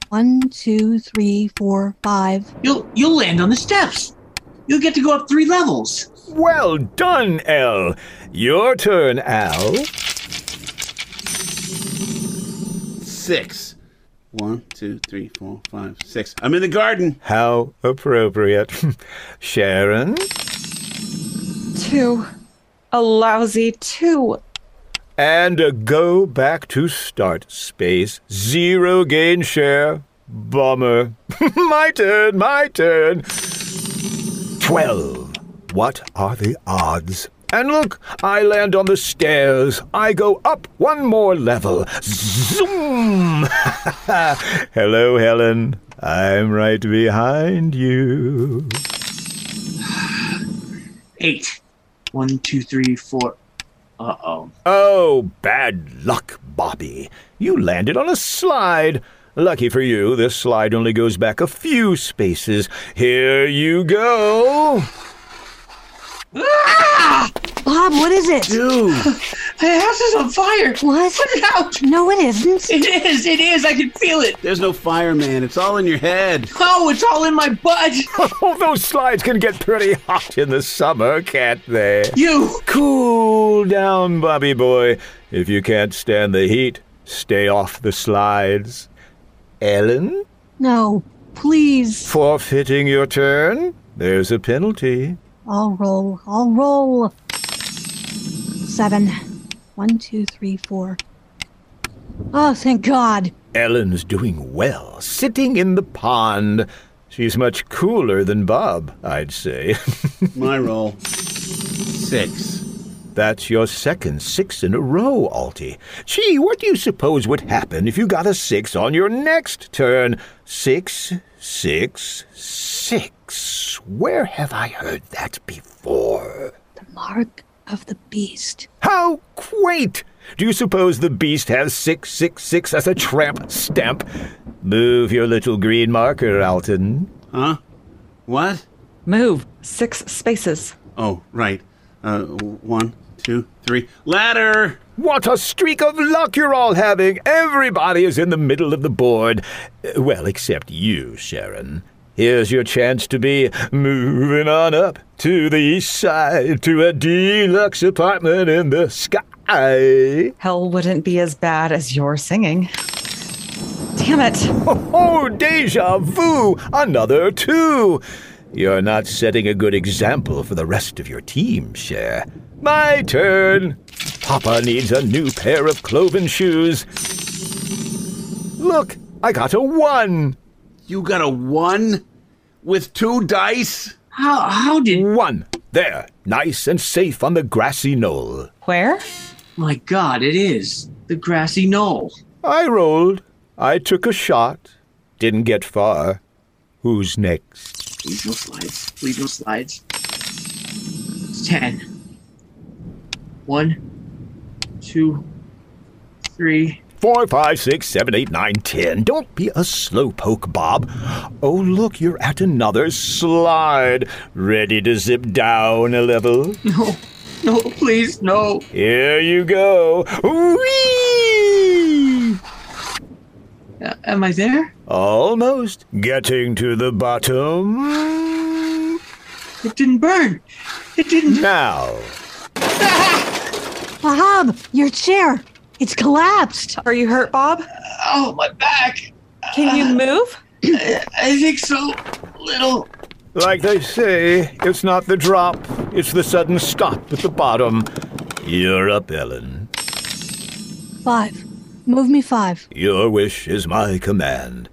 Speaker 15: One, two, three, four, five.
Speaker 14: You'll you'll land on the steps. You'll get to go up three levels.
Speaker 16: Well done, L. Your turn, Al.
Speaker 19: Six. One, two, three, four, five, six. I'm in the garden.
Speaker 16: How appropriate. Sharon
Speaker 18: Two. A lousy two.
Speaker 16: and a go back to start space. Zero gain share. Bummer. my turn, my turn. 12. What are the odds? And look, I land on the stairs. I go up one more level. Zoom! Hello, Helen. I'm right behind you.
Speaker 14: Eight. One, two, three, four. Uh oh.
Speaker 16: Oh, bad luck, Bobby. You landed on a slide. Lucky for you, this slide only goes back a few spaces. Here you go.
Speaker 15: Bob, what is it?
Speaker 19: Dude.
Speaker 14: The house is on fire.
Speaker 15: What?
Speaker 14: Put it out.
Speaker 15: No, it isn't.
Speaker 14: It is. It is. I can feel it.
Speaker 19: There's no fire, man. It's all in your head.
Speaker 14: Oh, it's all in my butt.
Speaker 16: Oh, those slides can get pretty hot in the summer, can't they?
Speaker 14: You.
Speaker 16: Cool down, Bobby boy. If you can't stand the heat, stay off the slides. Ellen,
Speaker 15: No, please.
Speaker 16: forfeiting your turn? There's a penalty.
Speaker 15: I'll roll. I'll roll. Seven. One, two, three, four. Oh, thank God.
Speaker 16: Ellen's doing well, sitting in the pond. She's much cooler than Bob, I'd say.
Speaker 19: My roll. Six.
Speaker 16: That's your second six in a row, Altie. Gee, what do you suppose would happen if you got a six on your next turn? Six, six, six. Where have I heard that before?
Speaker 15: The mark of the beast.
Speaker 16: How quaint! Do you suppose the beast has 666 as a tramp stamp? Move your little green marker, Alton.
Speaker 19: Huh? What?
Speaker 18: Move six spaces.
Speaker 19: Oh, right. Uh, one, two, three. Ladder!
Speaker 16: What a streak of luck you're all having! Everybody is in the middle of the board. Uh, Well, except you, Sharon. Here's your chance to be moving on up to the east side to a deluxe apartment in the sky.
Speaker 18: Hell wouldn't be as bad as your singing. Damn it.
Speaker 16: Oh, deja vu! Another two! You're not setting a good example for the rest of your team, Cher. My turn! Papa needs a new pair of cloven shoes. Look, I got a one!
Speaker 19: You got a one? With two dice?
Speaker 14: How? How did?
Speaker 16: One! There, nice and safe on the grassy knoll.
Speaker 18: Where?
Speaker 14: My God! It is the grassy knoll.
Speaker 16: I rolled. I took a shot. Didn't get far. Who's next?
Speaker 14: Please no slides. Please no slides. Ten. One, two, three.
Speaker 16: Four, five, six, seven, eight, nine, ten. Don't be a slowpoke, Bob. Oh, look, you're at another slide. Ready to zip down a level?
Speaker 14: No, no, please, no.
Speaker 16: Here you go. Whee!
Speaker 14: Uh, am I there?
Speaker 16: Almost. Getting to the bottom.
Speaker 14: It didn't burn. It didn't.
Speaker 16: Now.
Speaker 15: Bob, your chair. It's collapsed.
Speaker 18: Are you hurt, Bob?
Speaker 14: Oh, my back.
Speaker 18: Can you move?
Speaker 14: I think so. Little.
Speaker 16: Like they say, it's not the drop, it's the sudden stop at the bottom. You're up, Ellen.
Speaker 15: Five. Move me five.
Speaker 16: Your wish is my command.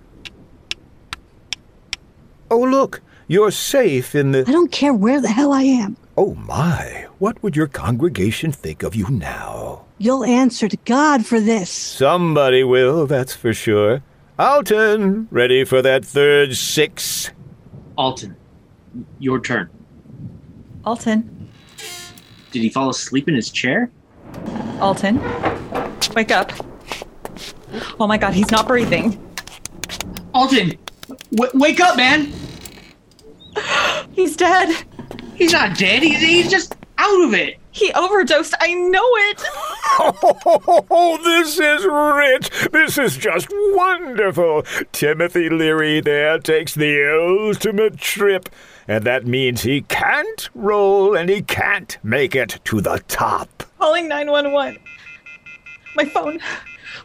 Speaker 16: Oh, look, you're safe in the.
Speaker 15: I don't care where the hell I am.
Speaker 16: Oh, my. What would your congregation think of you now?
Speaker 15: You'll answer to God for this.
Speaker 16: Somebody will, that's for sure. Alton, ready for that third six?
Speaker 14: Alton, your turn.
Speaker 18: Alton,
Speaker 14: Did he fall asleep in his chair?
Speaker 18: Alton, wake up. Oh my god, he's not breathing.
Speaker 14: Alton, w- wake up, man.
Speaker 18: He's dead.
Speaker 14: He's not dead. He's, he's just out of it.
Speaker 18: He overdosed. I know it.
Speaker 16: Oh, this is rich. This is just wonderful. Timothy Leary there takes the ultimate trip, and that means he can't roll and he can't make it to the top.
Speaker 18: Calling 911. My phone.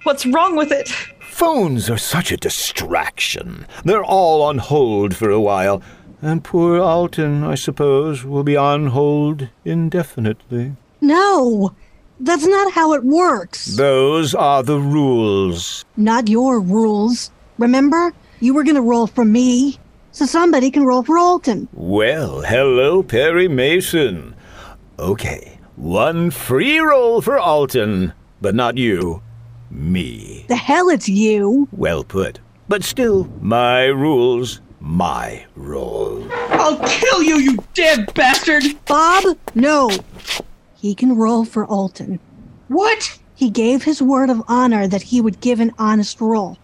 Speaker 18: What's wrong with it?
Speaker 16: Phones are such a distraction. They're all on hold for a while, and poor Alton, I suppose, will be on hold indefinitely.
Speaker 15: No, that's not how it works.
Speaker 16: Those are the rules.
Speaker 15: Not your rules. Remember? You were going to roll for me, so somebody can roll for Alton.
Speaker 16: Well, hello, Perry Mason. Okay, one free roll for Alton, but not you. Me.
Speaker 15: The hell it's you.
Speaker 16: Well put. But still, my rules, my role.
Speaker 14: I'll kill you, you dead bastard.
Speaker 15: Bob, no. He can roll for Alton.
Speaker 14: What?
Speaker 15: He gave his word of honor that he would give an honest roll.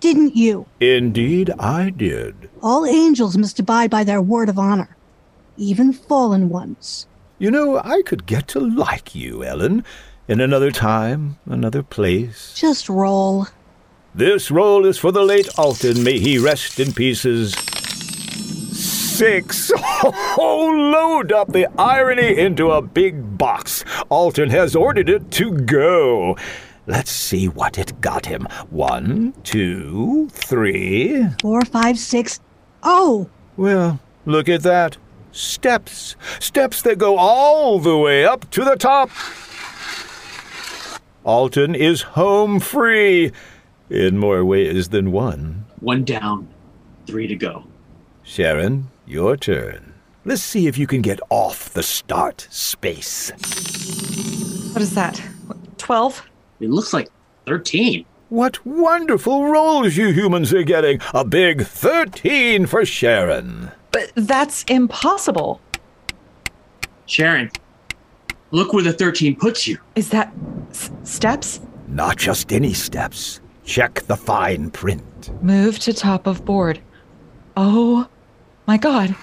Speaker 15: Didn't you?
Speaker 16: Indeed, I did.
Speaker 15: All angels must abide by their word of honor, even fallen ones.
Speaker 16: You know, I could get to like you, Ellen, in another time, another place.
Speaker 15: Just roll.
Speaker 16: This roll is for the late Alton. May he rest in pieces. Six. Oh, load up the irony into a big box. Alton has ordered it to go. Let's see what it got him. One, two, three.
Speaker 15: Four, five, six. Oh,
Speaker 16: Well, look at that. Steps. Steps that go all the way up to the top. Alton is home free in more ways than one.
Speaker 14: One down, three to go.
Speaker 16: Sharon, your turn. Let's see if you can get off the start space.
Speaker 18: What is that? 12?
Speaker 14: It looks like 13.
Speaker 16: What wonderful rolls you humans are getting! A big 13 for Sharon.
Speaker 18: But that's impossible.
Speaker 14: Sharon, look where the 13 puts you.
Speaker 18: Is that s- steps?
Speaker 16: Not just any steps. Check the fine print.
Speaker 18: Move to top of board. Oh my god.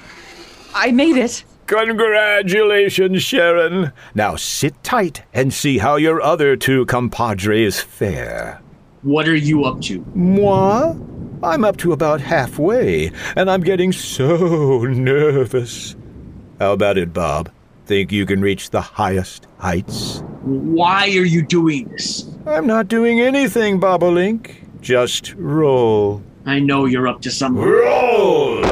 Speaker 18: I made it.
Speaker 16: Congratulations, Sharon. Now sit tight and see how your other two compadres fare.
Speaker 14: What are you up to?
Speaker 16: Moi? I'm up to about halfway, and I'm getting so nervous. How about it, Bob? Think you can reach the highest heights?
Speaker 14: Why are you doing this?
Speaker 16: I'm not doing anything, Bobolink. Just roll.
Speaker 14: I know you're up to some
Speaker 16: Roll!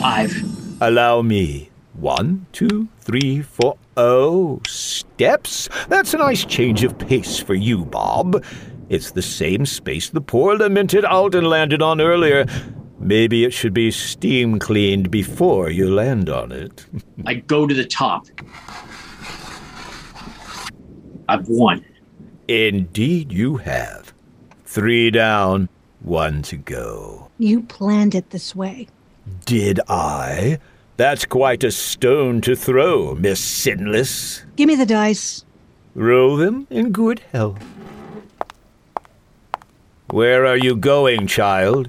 Speaker 14: five.
Speaker 16: Allow me. One, two, three, four. Oh, steps? That's a nice change of pace for you, Bob. It's the same space the poor lamented Alden landed on earlier. Maybe it should be steam cleaned before you land on it.
Speaker 14: I go to the top. I've won.
Speaker 16: Indeed, you have. Three down, one to go.
Speaker 15: you planned it this way.
Speaker 16: Did I? That's quite a stone to throw, Miss Sinless.
Speaker 15: Give me the dice.
Speaker 16: Roll them in good health. Where are you going, child?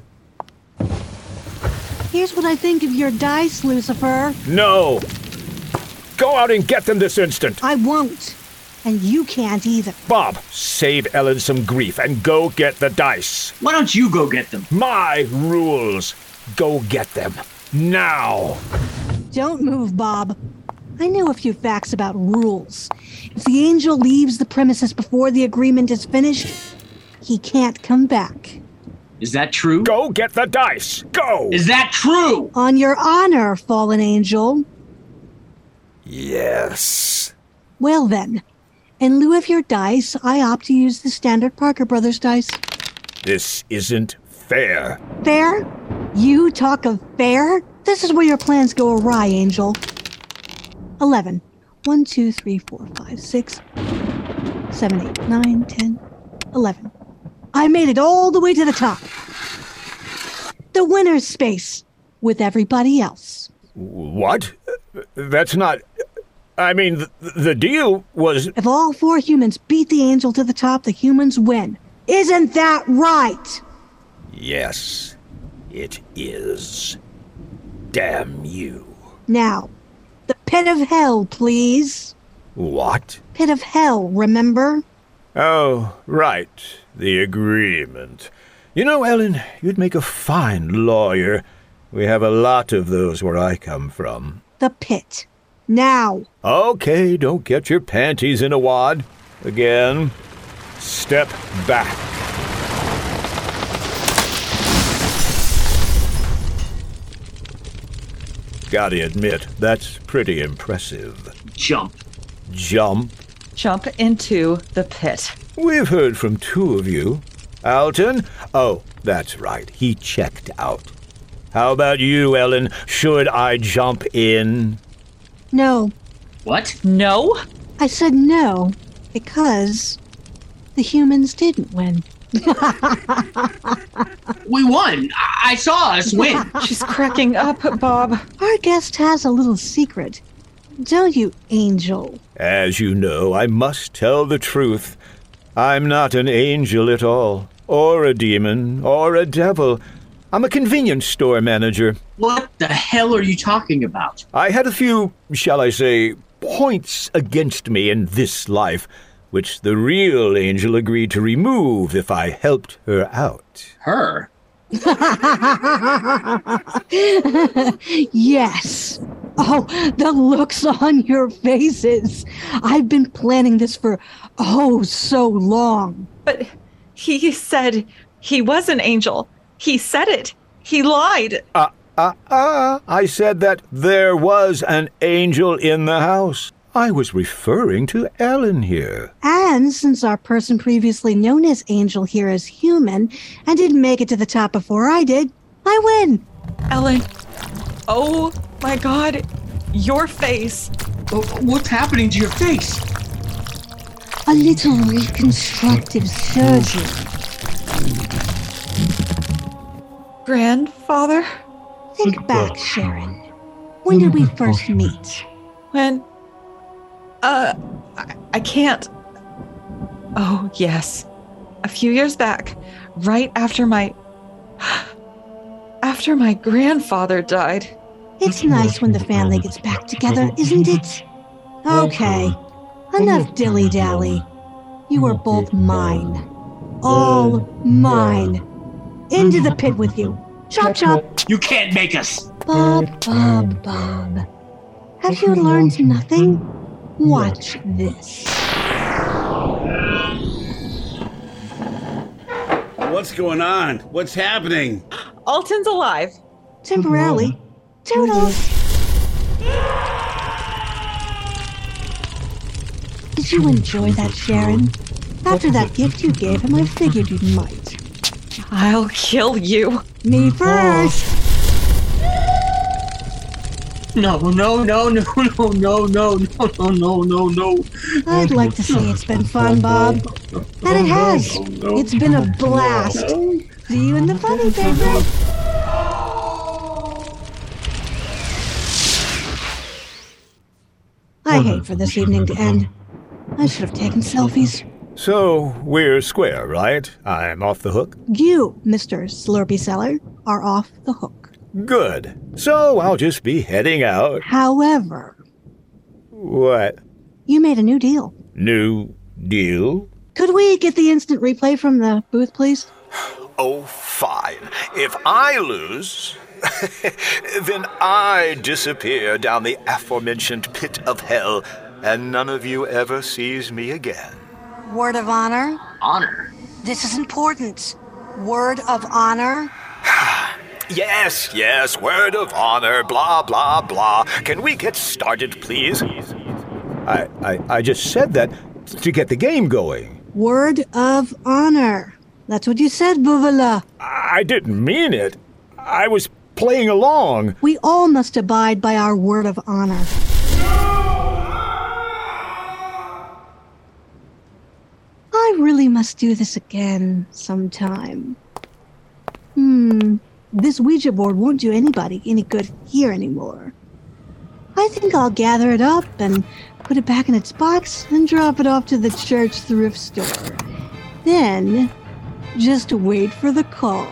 Speaker 15: Here's what I think of your dice, Lucifer.
Speaker 16: No! Go out and get them this instant!
Speaker 15: I won't. And you can't either.
Speaker 16: Bob, save Ellen some grief and go get the dice. Why don't you go get them? My rules. Go get them. Now.
Speaker 15: Don't move, Bob. I know a few facts about rules. If the angel leaves the premises before the agreement is finished, he can't come back.
Speaker 14: Is that true?
Speaker 16: Go get the dice. Go.
Speaker 14: Is that true?
Speaker 15: On your honor, fallen angel.
Speaker 16: Yes.
Speaker 15: Well then, in lieu of your dice, I opt to use the standard Parker Brothers dice.
Speaker 16: This isn't fair.
Speaker 15: Fair? You talk of fair? This is where your plans go awry, Angel. 11. 1, 2, 3, 4, 5, 6, 7, 8, 9, 10, 11. I made it all the way to the top. The winner's space with everybody else.
Speaker 16: What? That's not. I mean, the, the deal was.
Speaker 15: If all four humans beat the angel to the top, the humans win. Isn't that right?
Speaker 16: Yes, it is. Damn you.
Speaker 15: Now, the pit of hell, please.
Speaker 16: What?
Speaker 15: Pit of hell, remember?
Speaker 16: Oh, right. The agreement. You know, Ellen, you'd make a fine lawyer. We have a lot of those where I come from.
Speaker 15: The pit. Now.
Speaker 16: Okay, don't get your panties in a wad. Again. Step back. Gotta admit, that's pretty impressive.
Speaker 14: Jump.
Speaker 16: Jump.
Speaker 18: Jump into the pit.
Speaker 16: We've heard from two of you. Alton? Oh, that's right. He checked out. How about you, Ellen? Should I jump in?
Speaker 15: No.
Speaker 14: What?
Speaker 18: No?
Speaker 15: I said no because the humans didn't win.
Speaker 14: We won. I, I saw us win.
Speaker 18: She's cracking up, Bob.
Speaker 15: Our guest has a little secret. Don't you, Angel?
Speaker 16: As you know, I must tell the truth. I'm not an angel at all, or a demon, or a devil. I'm a convenience store manager.
Speaker 14: What the hell are you talking about?
Speaker 16: I had a few, shall I say, points against me in this life, which the real angel agreed to remove if I helped her out.
Speaker 14: Her?
Speaker 15: yes. Oh, the looks on your faces. I've been planning this for oh so long.
Speaker 18: But he said he was an angel. He said it. He lied.
Speaker 16: Ah, ah, ah. I said that there was an angel in the house. I was referring to Ellen here.
Speaker 15: And since our person previously known as Angel here is human and didn't make it to the top before I did, I win.
Speaker 18: Ellen, oh my god, your face.
Speaker 14: What's happening to your face?
Speaker 15: A little reconstructive surgery.
Speaker 18: Grandfather?
Speaker 15: Think back, Sharon. When did we first meet?
Speaker 18: When. Uh, I, I can't. Oh, yes. A few years back, right after my. After my grandfather died.
Speaker 15: It's nice when the family gets back together, isn't it? Okay, enough dilly dally. You are both mine. All mine. Into the pit with you. Chop chop.
Speaker 14: You can't make us.
Speaker 15: Bob, Bob, Bob. Have you learned nothing? Watch this.
Speaker 19: What's going on? What's happening?
Speaker 18: Alton's alive.
Speaker 15: Temporarily. Toodles. Did you enjoy that, Sharon? After that gift you gave him, I figured you might.
Speaker 18: I'll kill you.
Speaker 15: Me first.
Speaker 14: No, no, no, no, no, no, no, no, no, no, no, no.
Speaker 15: I'd like to say it's been fun, Bob. And it has. It's been a blast. See you in the funny paper. I hate for this evening to end. I should have taken selfies.
Speaker 16: So we're square, right? I'm off the hook?
Speaker 15: You, Mr. Slurpy Seller, are off the hook.
Speaker 16: Good. So I'll just be heading out.
Speaker 15: However,
Speaker 16: What?
Speaker 15: you made a new deal.
Speaker 16: New deal?
Speaker 15: Could we get the instant replay from the booth, please?
Speaker 16: Oh, fine. If I lose, then I disappear down the aforementioned pit of hell, and none of you ever sees me again.
Speaker 15: Word of honor?
Speaker 14: Honor?
Speaker 15: This is important. Word of honor?
Speaker 16: Yes, yes, word of honor, blah, blah, blah. Can we get started, please? I, I, I just said that to get the game going.
Speaker 15: Word of honor. That's what you said, Bouvala.
Speaker 16: I didn't mean it. I was playing along.
Speaker 15: We all must abide by our word of honor. I really must do this again sometime. Hmm, this Ouija board won't do anybody any good here anymore. I think I'll gather it up and put it back in its box and drop it off to the church thrift store. Then, just wait for the call.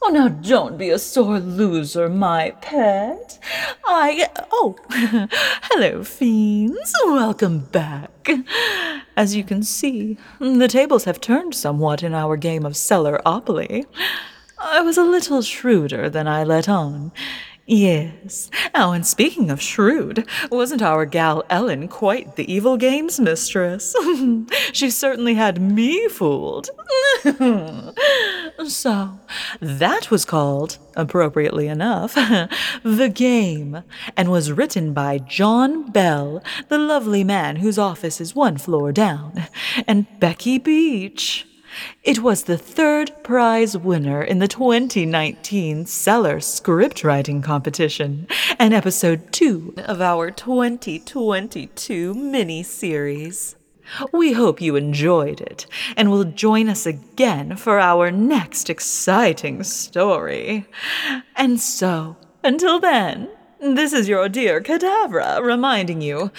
Speaker 13: Oh, now don't be a sore loser, my pet. I. Oh, hello, fiends. Welcome back. As you can see, the tables have turned somewhat in our game of Selleropoly. I was a little shrewder than I let on. Yes. Oh, and speaking of shrewd, wasn't our gal Ellen quite the evil games mistress? she certainly had me fooled. so, that was called, appropriately enough, The Game, and was written by John Bell, the lovely man whose office is one floor down, and Becky Beach. It was the third prize winner in the 2019 Seller Script Writing Competition and episode two of our 2022 mini series. We hope you enjoyed it and will join us again for our next exciting story. And so, until then, this is your dear Cadabra reminding you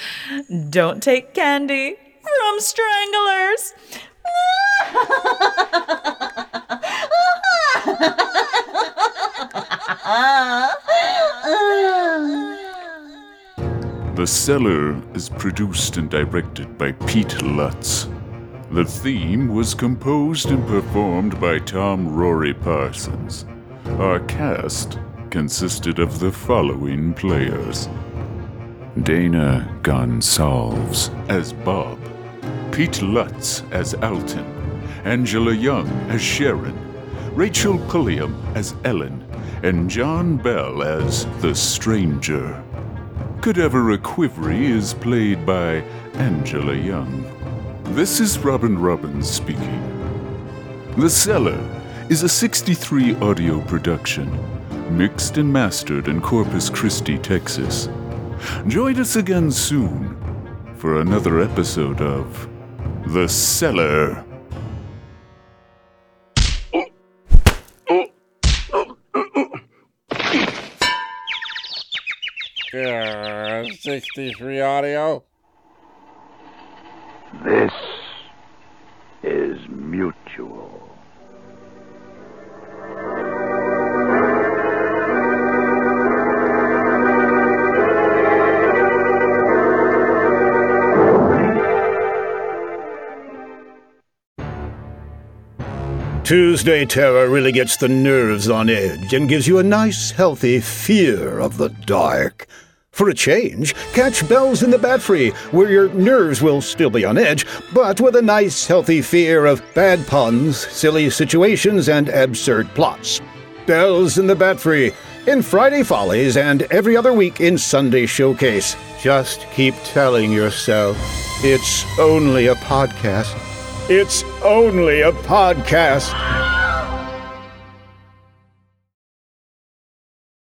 Speaker 13: don't take candy from stranglers.
Speaker 12: The Cellar is produced and directed by Pete Lutz. The theme was composed and performed by Tom Rory Parsons. Our cast consisted of the following players Dana Gonsalves as Bob, Pete Lutz as Alton, Angela Young as Sharon, Rachel Pulliam as Ellen, and John Bell as The Stranger. Cadaver Equivory is played by Angela Young. This is Robin Robbins speaking. The Cellar is a 63 audio production, mixed and mastered in Corpus Christi, Texas. Join us again soon for another episode of The Cellar.
Speaker 21: Grrr, 63 audio.
Speaker 22: This is mutual.
Speaker 11: Tuesday terror really gets the nerves on edge and gives you a nice, healthy fear of the dark. For a change, catch Bells in the Bat Free, where your nerves will still be on edge, but with a nice, healthy fear of bad puns, silly situations, and absurd plots. Bells in the Bat Free,
Speaker 16: in Friday Follies and every other week in Sunday Showcase. Just keep telling yourself it's only a podcast. It's only a podcast.